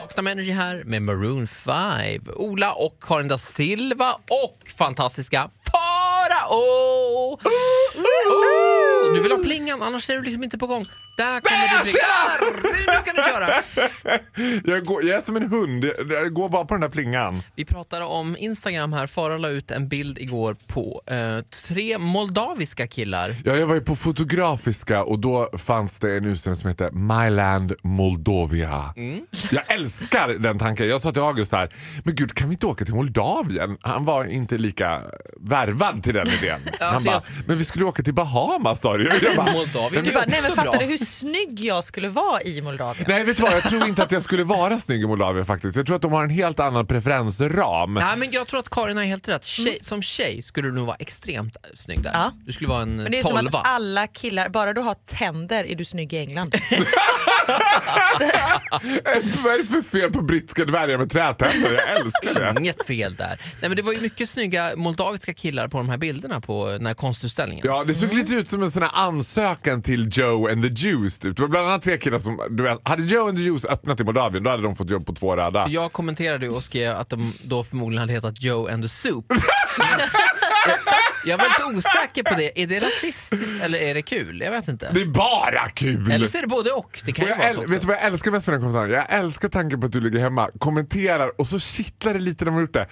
Lockdown Energy här med Maroon 5. Ola och Karin da Silva och fantastiska Farao! Du vill ha plingan, annars är du liksom inte på gång. Där kommer Nej, din jag plinga. ser Där, Nu kan du köra! Jag, går, jag är som en hund, jag, jag går bara på den där plingan. Vi pratade om Instagram här. Farao la ut en bild igår på eh, tre moldaviska killar. Ja, jag var ju på Fotografiska och då fanns det en utställning som hette My Land Moldavia. Jag älskar den tanken. Jag sa till August här, men gud kan vi inte åka till Moldavien? Han var inte lika värvad till den idén. Han alltså bara, jag- men vi skulle åka till Bahamas sa du ju." Jag bara, Moldavien Du är bara, ju nej men också fattar bra. du hur snygg jag skulle vara i Moldavien? Nej vet du vad, jag tror inte att jag skulle vara snygg i Moldavien faktiskt. Jag tror att de har en helt annan preferensram. Nej, men jag tror att Karin har helt rätt. Tjej, Som tjej skulle du nog vara extremt snygg där. Mm. Ja. Du skulle vara en Men det är som tolva. att alla killar, bara du har tänder är du snygg i England. Vad är det för fel på brittiska dvärgar med trätänder? Jag älskar det. Inget fel där. Nej, men det var ju mycket snygga moldaviska killar på de här bilderna på eh, den här konstutställningen. Ja, det såg lite ut som en sån här ansökan till Joe and the Juice. Typ. Det var bland annat tre killar som... Du vet, hade Joe and the Juice öppnat i Moldavien, då hade de fått jobb på två röda. Jag kommenterade ju och skrev att de då förmodligen hade hetat Joe and the Soup. Men eh, jag, jag var lite osäker på det. Är det rasistiskt eller är det kul? Jag vet inte. Det är bara kul! Eller så är det både och. Det kan Och ju jag vara äl- så vet du också. vad jag älskar mest med den kommentaren? Jag älskar tanken på att du ligger hemma, kommenterar och så kittlar det lite när man har gjort det.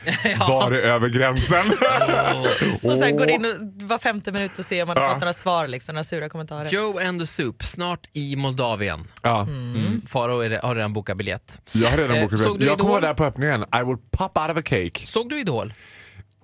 Var det över gränsen? Oh. och sen går du in och var femte minut och ser om man har Ja. fått några svar, liksom, några sura kommentarer. Joe and the Soup, snart i Moldavien. ja, Mm. Farao är- har redan bokat biljett. jag har Eh, redan bokat såg biljett. du Jag kommer Idol? vara där på öppningen. I will pop out of a cake. Såg du Idol?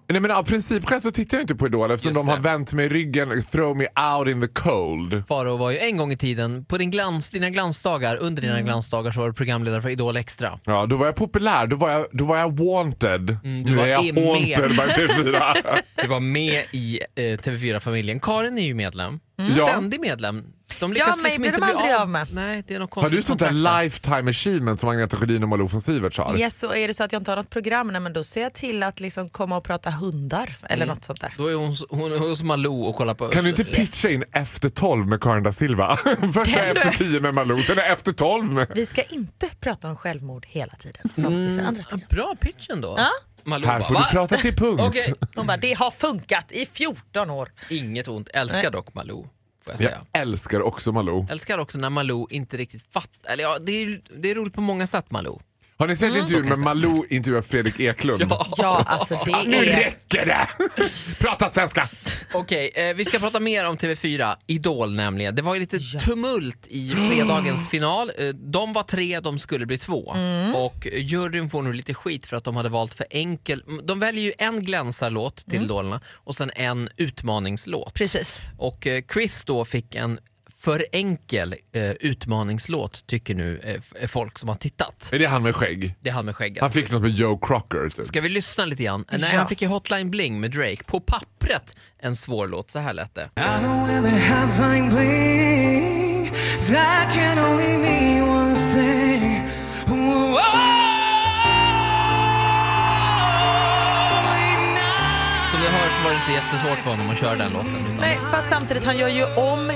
Nej men av principskäl så tittar jag inte på Idol eftersom Just de har det. vänt mig i ryggen. Throw me out in the cold. Farao var ju en gång i tiden, på din glans, dina glansdagar, under dina glansdagar så var du programledare för Idol Extra. Ja, då var jag populär. Då var jag, då var jag wanted. Mm, du nu var är jag i med. haunted by TV4. Du var med i eh, TV4-familjen. Karin är ju medlem. Mm. ja. Ständig medlem. De Ja, lyckas mig liksom blir inte de bli aldrig av av med. Nej, det är något Har konstigt du sånt där kontrakt där. lifetime achievement som Agneta Sjödin och Malou von Siverts har? Yes, och är det så att jag inte har något program, nej, men då ser jag till att liksom komma och prata hundar eller något sånt där. Då är hon, hon är hos Malou och kollar på... Kan du inte pitcha in efter 12 med Karin da Silva? Först är efter 10 med Malou, sen är efter 12 med... Vi ska inte prata om självmord hela tiden som vissa andra program. Bra pitch ändå. Ja. Malou Här bara, får du "Va?" prata till punkt. Okej. De bara, det har funkat i 14 år. Inget ont. Älskar Nej. dock Malou, får jag Jag säga. älskar också Malou. Älskar också när Malou inte riktigt fattar. Eller ja, det är, det är roligt på många sätt Malou. Har ni sett intervjun med Mm. Okej, så. Malou intervjuar Fredrik Eklund? Ja, alltså det Nu är... räcker det! Prata svenska! Okej, eh, vi ska prata mer om TV4, Idol nämligen. Det var ju lite tumult i fredagens final. Eh, de var tre, de skulle bli två. Och juryn får nu lite skit för att de hade valt för enkel... De väljer ju en glänsarlåt till Idolerna och sen en utmaningslåt. Precis. Och eh, Chris då fick en för enkel eh, utmaningslåt tycker nu eh, f- folk som har tittat. Är det han med skägg? Det är han med skägget. Han fick något med Joe Crocker. Typ. Ska vi lyssna lite grann? Nej, Ja. han fick ju Hotline Bling med Drake. På pappret en svår låt, så här lät det. I know when the hotline bling, that can only mean one thing. Whoa, only night. Som ni hör så var det inte jättesvårt för honom att köra den låten. Utan Nej, fast samtidigt, han gör ju om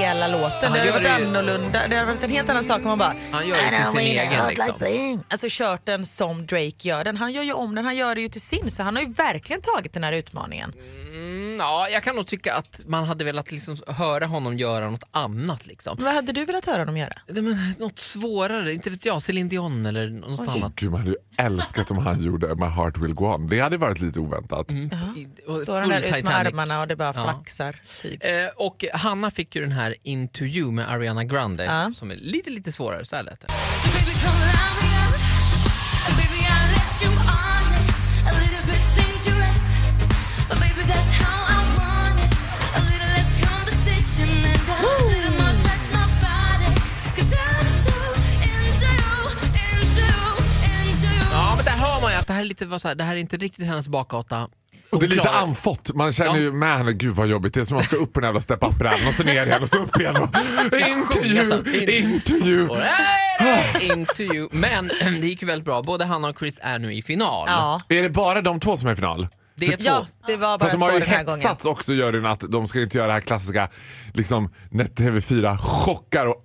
hela låten. Han Det hade gör varit det ju- annorlunda. Det hade varit en helt annan sak om man bara... Han gör det till "I know sin when egen, I liksom." like bling. Alltså kört den som Drake gör den. Han gör ju om den, han gör det ju till sin. Så han har ju verkligen tagit den här utmaningen. Mm, ja, jag kan nog tycka att man hade velat liksom höra honom göra något annat. Liksom. Vad hade du velat höra honom göra? Nej, Men, något svårare, inte vet jag, Céline Dion eller något annat. Gud, man hade ju älskat om han gjorde My Heart Will Go On. Det hade varit lite oväntat. Mm. I- och Står han där full ut med Titanic. armarna och det bara Ja. flaxar. Typ. Eh, och Hanna fick ju den här Into You med Ariana Grande Ja. som är lite, lite svårare. Så här lät det. So baby, come light me up. And baby, I'll let you on it. A little bit dangerous. But baby, that's how I want it. A little less conversation and a little more touch my body. 'Cause I'm so into, into, into. Ja, men där hör man ju att det här är, lite, vad så här, det här är inte riktigt hennes bakgata. Och det Hon är lite klarar- anfått. Man känner Ja. ju med henne, gud vad jobbigt. Det är som att man ska upp på den jävla step up och så ner igen och så upp igen. Och, alltså? sjunga så. intervju, In- intervju. Och där Ah. är det Into you. Men det gick ju väldigt bra. Både Hanna och Chris är nu i final. Ja. Är det bara de två som är i final? Det är två. ja, det För var bara att de två har ju den här gången. hetsats också juryn att de ska inte göra det här klassiska liksom, när TV4 chockar och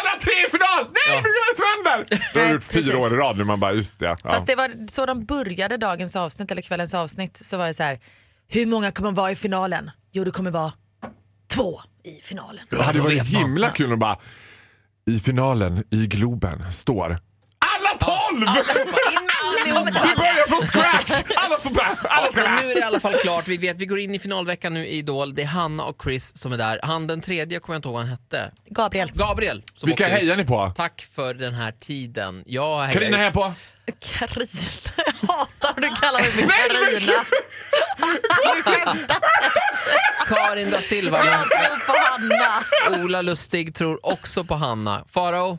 alla tre i final! allt! Nej, Ja. men jag vet vad händer! Då har Nej, du gjort fyra precis. år i rad nu. Man bara, just det. Ja. Fast det var så de började dagens avsnitt eller kvällens avsnitt så var det så här. Hur många kommer vara i finalen? Jo det kommer vara två i finalen. Det hade Då varit vet man. himla kul att bara... I finalen, i Globen, står alla tolv! Vi börjar från scratch! Alla får börja! Alla ska Men nu med! är det i alla fall klart. Vi vet, vi går in i finalveckan nu i Idol. Det är Hanna och Chris som är där. Han den tredje kommer jag inte ihåg vad han hette. Gabriel. Gabriel. Som Vilka åkte ut. hejar ni på? Tack för den här tiden. Jag hejar Carina hejar på. Karina. Jag hatar när du kallar mig för Karina. Karin da Silva. Jag tror på Hanna. Men Ola Lustig tror också på Hanna. Farao?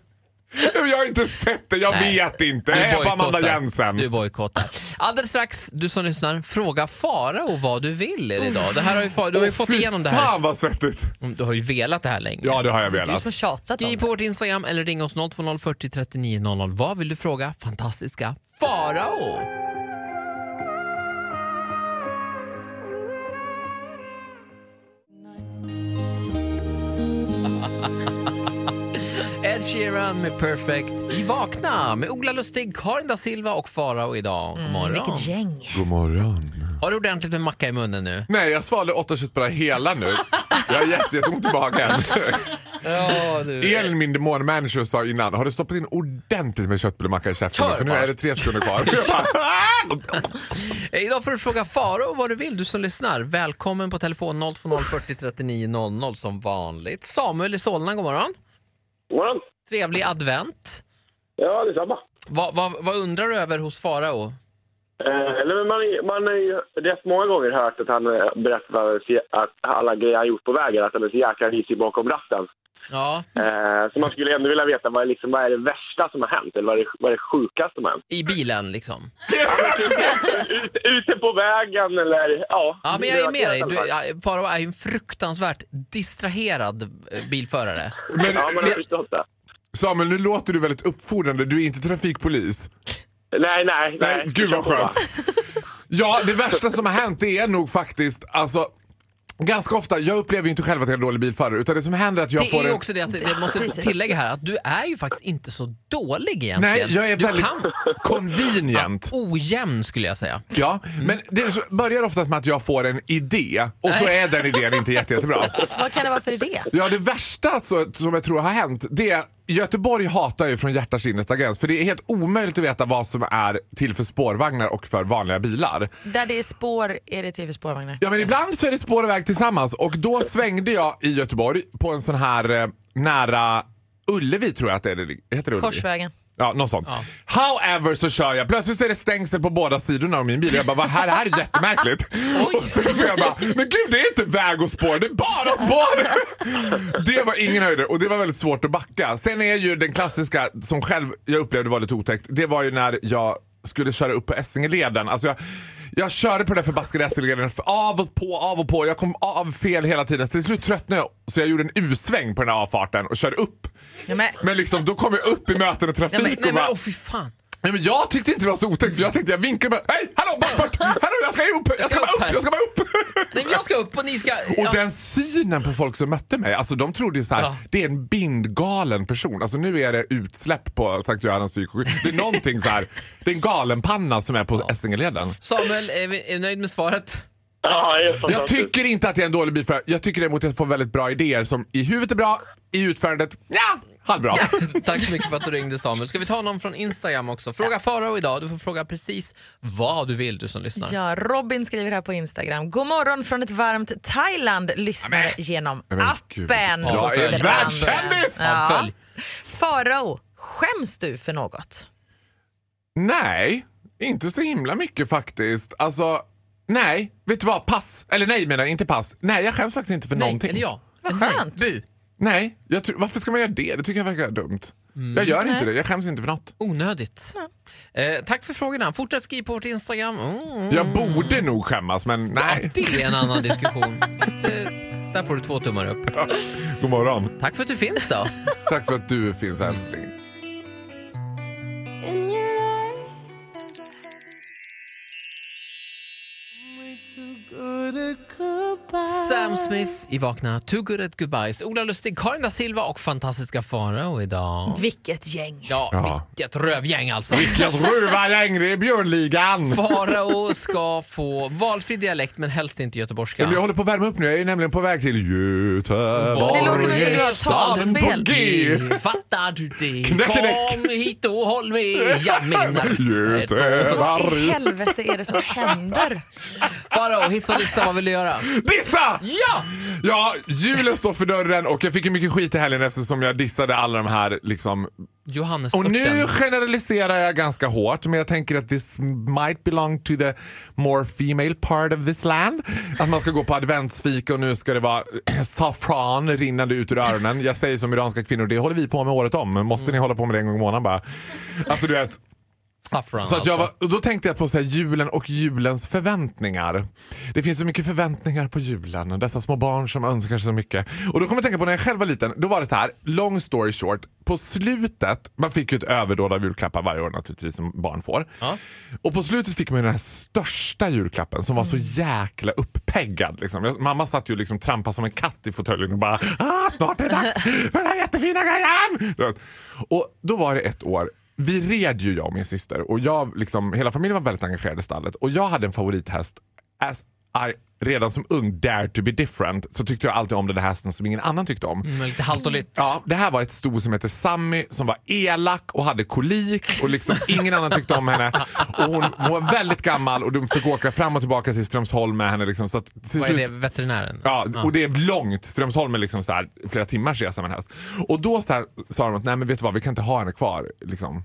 Jag har inte sett det, jag Nej. vet inte. Du Heja på Amanda bojkottar. Jensen. Du bojkottar. Alldeles strax, du som lyssnar, fråga Farao vad du vill idag. Det här har ju, Farao- du har ju Åh, fått fy igenom det här. Fan vad svettigt. Du har ju velat det här länge. Ja, det har jag Du velat. som har tjatat om Skriv det. på vårt Instagram eller ring oss 020 40 39 00. Vad vill du fråga fantastiska Farao? Ed Sheeran med Perfect i Vakna med Ola Lustig, Karin da Silva och Farao idag. God morgon. Vilket gäng. God morgon. Har du ordentligt med macka i munnen nu? Nej, jag svalde åtta köttbullar hela nu. Jag har jätte- jätteont i magen. Ja, du. Elin, min demonmanager, sa innan har du stoppat in ordentligt med köttbullemacka i käften? Kör För nu bara. är det tre sekunder kvar. Jag bara, Eh, Idag får du fråga Faro vad du vill, du som lyssnar. Välkommen på telefon 020 40 39 00 som vanligt. Samuel i Solna, god morgon. God morgon. Trevlig advent. Ja, detsamma. Vad, vad, vad undrar du över hos Farao? Eh, eller men man, man har ju rätt många gånger hört att han eh, berättar att, att alla grejer han gjort på vägen, att han är så jäkla risig bakom ratten. Ja, Eh, så man skulle ändå vilja veta vad är, liksom, vad är det värsta som har hänt, eller vad är det, vad är det sjukaste som har hänt? i bilen liksom. Ut, ute på vägen eller ja. Ja, men jag är med dig. i alla Du, fall. ja, Faro är ju en fruktansvärt distraherad eh, bilförare. Men, Ja, man har förstått det. Samuel, nu låter du väldigt uppfordrande. Du är inte trafikpolis. Nej, nej, nej. Nej, gud vad skönt. Ja, det värsta som har hänt är nog faktiskt, alltså Ganska ofta, jag upplever ju inte själv att jag är en dålig bilförare utan det som händer är att jag Det får är ju en... också det att jag måste Precis. tillägga här att du är ju faktiskt inte så dålig egentligen. Nej, jag är du väldigt kan convenient. ojämn skulle jag säga. Ja, men det så- börjar ofta med att jag får en idé och så är den idén inte jätte, jättebra. Vad kan det vara för idé? Ja, det värsta så, som jag tror har hänt det är Göteborg hatar ju från hjärtats innersta gräns för det är helt omöjligt att veta vad som är till för spårvagnar och för vanliga bilar. Där det är spår är det tv spårvagnar. Ja, men ibland så är det spår och väg tillsammans och då svängde jag i Göteborg på en sån här eh, nära Ullevi tror jag att det är. Heter det Ullevi? Korsvägen. Ja, någon sån. However så kör jag. Plötsligt så är det stängsel på båda sidorna av min bil. Jag bara, vad här, det här är jättemärkligt. Och så får jag bara, men gud det är inte väg och spår, det är bara spår! Det var ingen höjdare och det var väldigt svårt att backa. Sen är ju den klassiska, som själv jag upplevde var lite otäckt, det var ju när jag skulle köra upp på Essingeleden. Alltså jag, jag körde på den där förbaskade Essingeleden för av och på, av och på. Jag kom av fel hela tiden. Så till slut tröttnade jag så jag gjorde en U-sväng på den här avfarten och körde upp. Ja, men, Men liksom, då kom jag upp i möten och trafik Nej och men bara, åh fy fan. Nej, men jag tyckte inte det var så otäckt för jag tänkte jag vinkar bara Hej! Hallå! Bort, bort! Hallå jag ska upp! Jag ska bara upp! Jag ska bara upp! Nej men jag ska upp och ni ska... Och den synen på folk som mötte mig, alltså de trodde ju såhär, Ja. det är en bindgalen person. Alltså nu är det utsläpp på Sankt Görans psyksjukhus. Det är någonting såhär, det är en galenpanna som är på Essingeleden. Samuel, är, vi, är nöjd med svaret? Ja, det är Jag fantastiskt. tycker inte att jag är en dålig bilförare, jag tycker däremot att jag får väldigt bra idéer som i huvudet är bra, i utförandet, ja, halvbra. Tack så mycket för att du ringde Samuel. Ska vi ta någon från Instagram också? Fråga Farao idag. Du får fråga precis vad du vill du som lyssnar. ja, Robin skriver här på Instagram. God morgon från ett varmt Thailand. Lyssnare genom men gud. appen. Jag på är Instagram. världskändis! Ja, Ja. följ. Farao, skäms du för något? Nej, inte så himla mycket faktiskt. Alltså, nej. Vet du vad? Pass. Eller nej menar jag, inte pass. Nej, jag skäms faktiskt inte för Nej, någonting. eller ja. Vad Nej, skönt. Bu. Nej, jag tror- varför ska man göra det? Det tycker jag verkar dumt. Mm. Jag gör inte det, jag skäms inte för något. Onödigt. Eh, tack för frågorna. Fortsätt skriva på vårt Instagram. Mm. Jag borde nog skämmas, men nej. Det är en annan diskussion. Det, där får du två tummar upp. God morgon. Tack för att du finns då. Tack för att du finns älskling. In your eyes, there's a Sam Smith i Vakna Too Good At Goodbyes. Ola Lustig, Karin da Silva och fantastiska Farao idag. Vilket gäng. Ja, Ja. vilket rövgäng alltså. Vilket rövargäng det är i Björnligan! Farao ska få valfri dialekt men helst inte göteborgska. Men jag håller på att värma upp nu. Jag är nämligen på väg till Göteborg. Det låter mig som du har staden på talfel. G. Fattar du det? Knäckedäck. Kom hit och håll med. Jag menar... Vad i Göteborg. helvete är det som händer? Farao, hissa och dissa, vad vill du göra? Dissa! Ja! Ja, julen står för dörren och jag fick ju mycket skit i helgen eftersom jag dissade alla de här liksom. Johannes Och nu Örten. generaliserar jag ganska hårt men jag tänker att this might belong to the more female part of this land. Att man ska gå på adventsfika och nu ska det vara saffran rinnande ut ur öronen. Jag säger som iranska kvinnor, det håller vi på med året om. Men måste ni hålla på med det en gång i månaden bara? Alltså du vet. Saffran Så att jag alltså. var, och då tänkte jag på så här, julen och julens förväntningar. Det finns så mycket förväntningar på julen. Dessa små barn som önskar sig så mycket. Och då kom jag att tänka på när jag själv var liten. Då var det så här, long story short. På slutet, man fick ju ett överdåd av julklappar varje år naturligtvis som barn får. Ja. Och på slutet fick man ju den här största julklappen som var Mm. så jäkla uppeggad. Liksom. Jag, mamma satt ju och liksom trampade som en katt i fåtöljen och bara ah, snart är det dags för den här jättefina grejen. Du vet. Och då var det ett år vi red ju jag och min syster och jag, liksom, hela familjen var väldigt engagerad i stallet och jag hade en favorithäst as I, redan som ung, dare to be different, så tyckte jag alltid om den här hästen som ingen annan tyckte om. Mm, lite halt och lytt. Ja, det här var ett sto som hette Sammy som var elak och hade kolik och liksom ingen annan tyckte om henne. Och hon, hon var väldigt gammal och de fick åka fram och tillbaka till Strömsholm med henne. Liksom, så att, till Vad är det? slut- Veterinären? Ja, och det är långt. Strömsholm är liksom så här, flera timmars resa med en häst. Och då så här, sa de att nej men vet du vad, vi kan inte ha henne kvar. Liksom.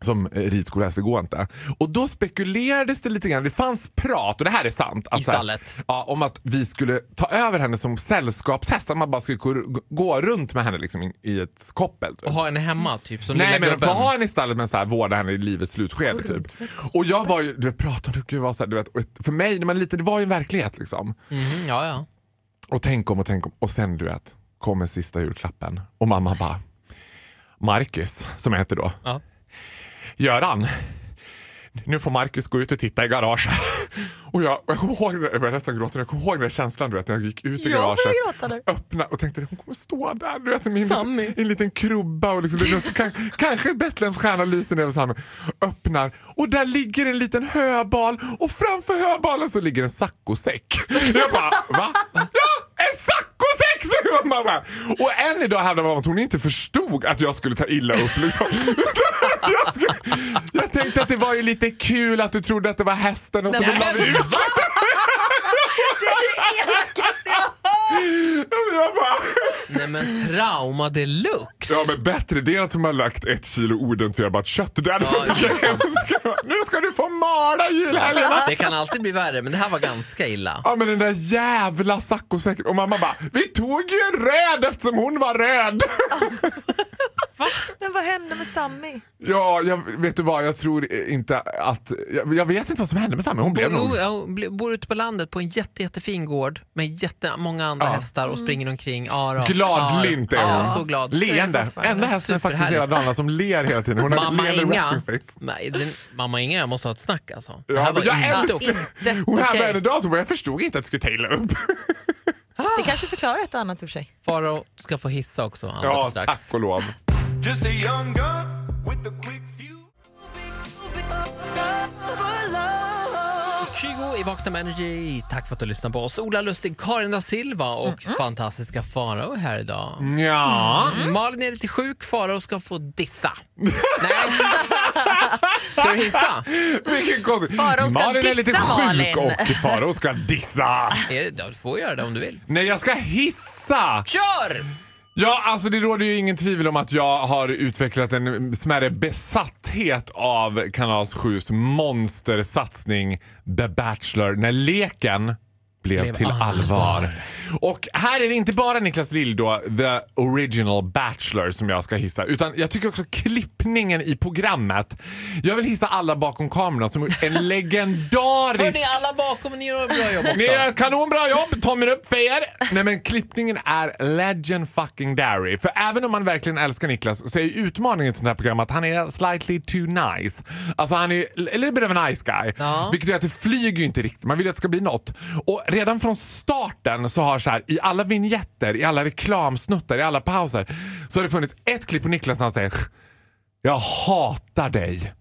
Som eh, ridskolehäst, det går inte. Och då spekulerades det lite grann, det fanns prat, och det här är sant. Att I så här- stallet. Ja, om att vi skulle ta över henne som sällskapshäst. Att man bara skulle gå, gå runt med henne liksom i, i ett koppel. typ. Och ha henne hemma typ som Nej lilla men få gubben. ha henne i stallet men så här, vårda henne i livets slutskede typ. Och jag var ju, du vet prata om det, gud vad så här, du vet, och ett- för mig när man är liten, det var ju en verklighet liksom. Mhm, ja, ja. Och tänk om och tänk om. Och sen du vet, kommer sista julklappen. Och mamma bara, Marcus, som jag heter då. Ja. Göran, nu får Marcus gå ut och titta i garaget. Och jag, och jag kommer ihåg, det- jag började nästan gråta, men jag kommer ihåg den där känslan du vet, när jag gick ut i Jag började garaget. gråta nu. Öppna och tänkte hon kommer stå där du vet, med en, Sammy. liten, en liten krubba och liksom, du vet, kan, kanske Betlehems stjärna lyser ner över Sammy. Öppnar och där ligger en liten höbal och framför höbalen så ligger en saccosäck. Jag bara va? Ja, en saccosäck! säger hon bara. Och än idag hävdar mamma att hon inte förstod att jag skulle ta illa upp. Liksom. Jag, skulle, jag tänkte att det var ju lite kul att du trodde att det var hästen och så då la vi ut den. Jag bara, Nej men trauma deluxe. Ja men bättre det är att de har lagt ett kilo oidentifierbart kött. Det hade Ja, varit mycket hemskare. Nu ska du få mala julhelgen! va? Det kan alltid bli värre men det här var ganska illa. Ja men den där jävla saccosäcken. Och mamma bara, vi tog ju en röd eftersom hon var röd. Men vad hände med Sammy? Ja, jag, vet du vad, jag tror inte att... Jag, jag vet inte vad som hände med Sammy, hon blev nog... Jo, jag bl- bor ute på landet på en jätte, jättefin gård med jättemånga andra Ja. hästar och springer omkring. Ara, Gladlynt är Ja, hon. så glad. Leende. Fortfarande. Enda hästen faktiskt i hela Superhärligt. Dalarna som ler hela tiden. Hon har ett Mamma leende Inga. resting face. Nej, den, mamma Inga, jag måste ha ett snack alltså. Det Ja, här var men jag illa. älskar... Hon hävdade Okej. än idag att hon bara, jag förstod inte att du skulle ta illa upp. Det kanske förklarar ett och annat i och för sig. Farao ska få hissa också alldeles Ja, strax. tack och lov. Just a young gun with a quick fuse. Kygo i Vakna med Energy. Tack för att du lyssnar på oss. Ola Lustig, Karin da Silva och fantastiska Farao är här idag. Mm. Ja. Malin är lite sjuk, Farao ska få dissa. Nej. Ska du hissa? Vilken konstig. Farao ska Malin är dissa lite sjuk Malin. och Farao ska dissa. Är det, ja, du får göra det om du vill. Nej, jag ska hissa. Kör! Ja, alltså det råder ju ingen tvivel om att jag har utvecklat en smärre besatthet av Kanal 7s monstersatsning The Bachelor när leken blev, Blev till allvar. allvar. Och här är det inte bara Niklas Lill då, the original Bachelor som jag ska hissa, utan jag tycker också klippningen i programmet. Jag vill hissa alla bakom kamerorna som en legendarisk Hörni, alla bakom, ni gör ett bra jobb ni också. gör kanonbra jobb, tummen upp för er! Nej men klippningen är legend fucking dairy. För även om man verkligen älskar Niklas så är ju utmaningen i ett sånt här program att han är slightly too nice. Alltså han är a little bit of a nice guy. Ja. Vilket gör att det flyger ju inte riktigt. Man vill ju att det ska bli något. Och redan från starten så har så här, i alla vignetter, i alla reklamsnuttar, i alla pauser så har det funnits ett klipp på Niklas när han säger “Jag hatar dig”.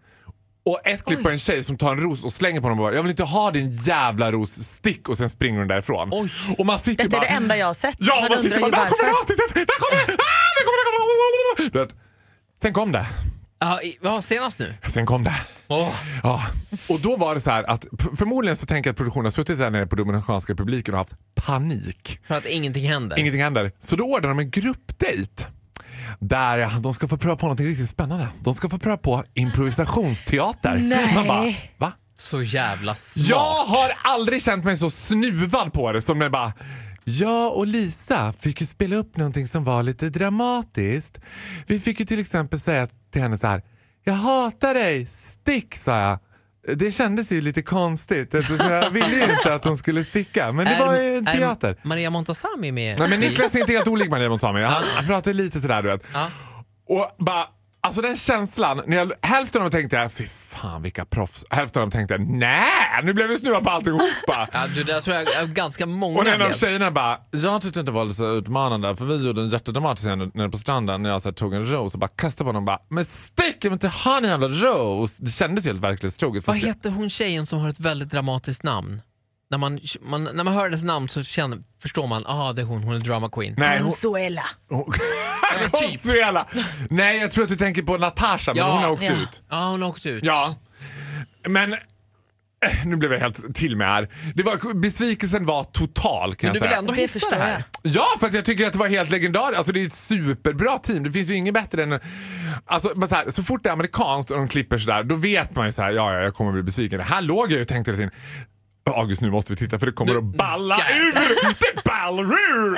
Och ett klipp på en tjej som tar en ros och slänger på honom och bara “Jag vill inte ha din jävla ros, stick” och sen springer hon därifrån. Oj. Och man sitter Detta är bara, det enda jag har sett. Ja, man, man undrar sitter bara ju “Där kommer det varför. avsnittet! Där kommer det! Ah, där kommer det! Där kommer det!" Du vet, sen kom det. Ja, i- ja, senast nu. Sen kom det. Ja. Och då var det så här att f- förmodligen så tänker jag att produktionen har suttit där nere på Dominikanska republiken och haft panik. För att ingenting händer. Ingenting händer. Så då ordnar de en gruppdejt. Där ja, de ska få pröva på något riktigt spännande. De ska få pröva på improvisationsteater. Nej. Man bara, va? Så jävla smart. Jag har aldrig känt mig så snuvad på det som när jag bara jag och Lisa fick ju spela upp någonting som var lite dramatiskt. Vi fick ju till exempel säga till henne så här. Jag hatar dig, stick sa jag. Det kändes ju lite konstigt eftersom jag ville ju inte att hon skulle sticka. Men det var ju en teater. Är Maria Montazami med? Nej men Niklas är inte helt olik Maria Montazami. Han, han pratar lite sådär du vet. Ja. Och bara, alltså den känslan. När jag, hälften av dem tänkte jag, fy fan vilka proffs. Hälften av dem tänkte, nej nu blev vi snuva på alltihopa. Ja, du, där tror jag är ganska många Och en av blev. tjejerna bara, jag tyckte inte det var så utmanande för vi gjorde en jättedramatisk scen nere på stranden när jag så här, tog en ros och bara kastade på honom och bara, men stick jag vill inte ha en jävla ros. Det kändes ju helt verklighetstroget. Vad Fast jag- heter hon tjejen som har ett väldigt dramatiskt namn? När man, man, när man hör hennes namn så känner, förstår man, ah det är hon, hon är drama queen. Nej, hon, Consuela. hon, men typ. Consuela. Nej, jag tror att du tänker på Natasha, men Ja, hon har åkt ja. ut. Ja, hon har åkt ut. Ja, men eh, nu blev jag helt till mig här. Det var, besvikelsen var total kan Men du jag vill säga. ändå Det hissa förstår det här? jag. Ja, för att jag tycker att det var helt legendariskt. Alltså det är ett superbra team. Det finns ju inget bättre än... Alltså, men så, här, så fort det är amerikanskt och de klipper sådär, då vet man ju så här, ja, ja, jag kommer bli besviken. Här låg jag ju och tänkte hela tiden, August nu måste vi titta för det kommer Nu- att balla Jävlar. ur! Det ballar ur!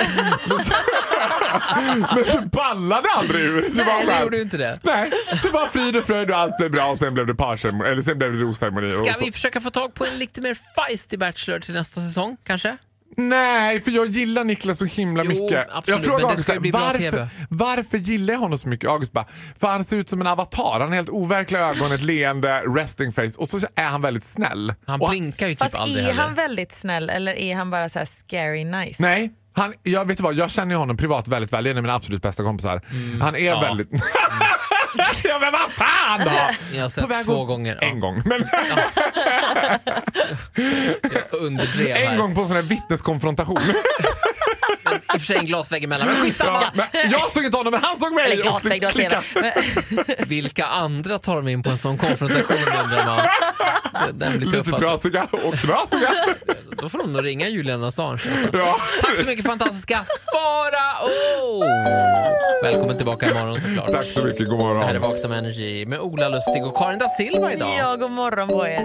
Men så, men så ballade aldrig ur. Det var Nej, så det här- gjorde ju inte det. Nej, det var frid och fröjd och allt blev bra och sen blev det parceremoni, eller sen blev det rosceremoni. och Ska så- vi försöka få tag på en lite mer feisty Bachelor till nästa säsong, kanske? Nej, för jag gillar Niklas så himla Jo, mycket. absolut, jag frågade men det August ska ju bli bra varför, TV. varför gillar jag honom så mycket? August bara, för han ser ut som en avatar. Han har helt overkliga ögon, ett leende, resting face och så är han väldigt snäll. Han och blinkar ju typ Fast aldrig är heller. han väldigt snäll eller är han bara så här scary nice? Nej, han, jag, vet du vad, jag känner ju honom privat väldigt väl. Det är en av mina absolut bästa kompisar. Mm. Han är väldigt... ja men vad fan då! Jag har På väg sett två att- gånger. En gång. Men Jag underdrev här. en gång på en sån här vittneskonfrontation. I och för sig en glasvägg emellan, men skitsamma. ja, men jag såg inte honom men han såg mig! Eller och glasvägg, du har klickade. TV. Men, Vilka andra tar de in på en sån konfrontation undrar man. Den- Den blir tuff Lite alltså. trasiga och knasiga. Då får de nog ringa Julian Assange. Alltså. Ja. Tack så mycket fantastiska Farao! Välkommen tillbaka imorgon såklart. Tack så mycket, god Det här är morgon. Vakna med Energy med Ola Lustig och Karin da Silva idag. ja, god morgon på er.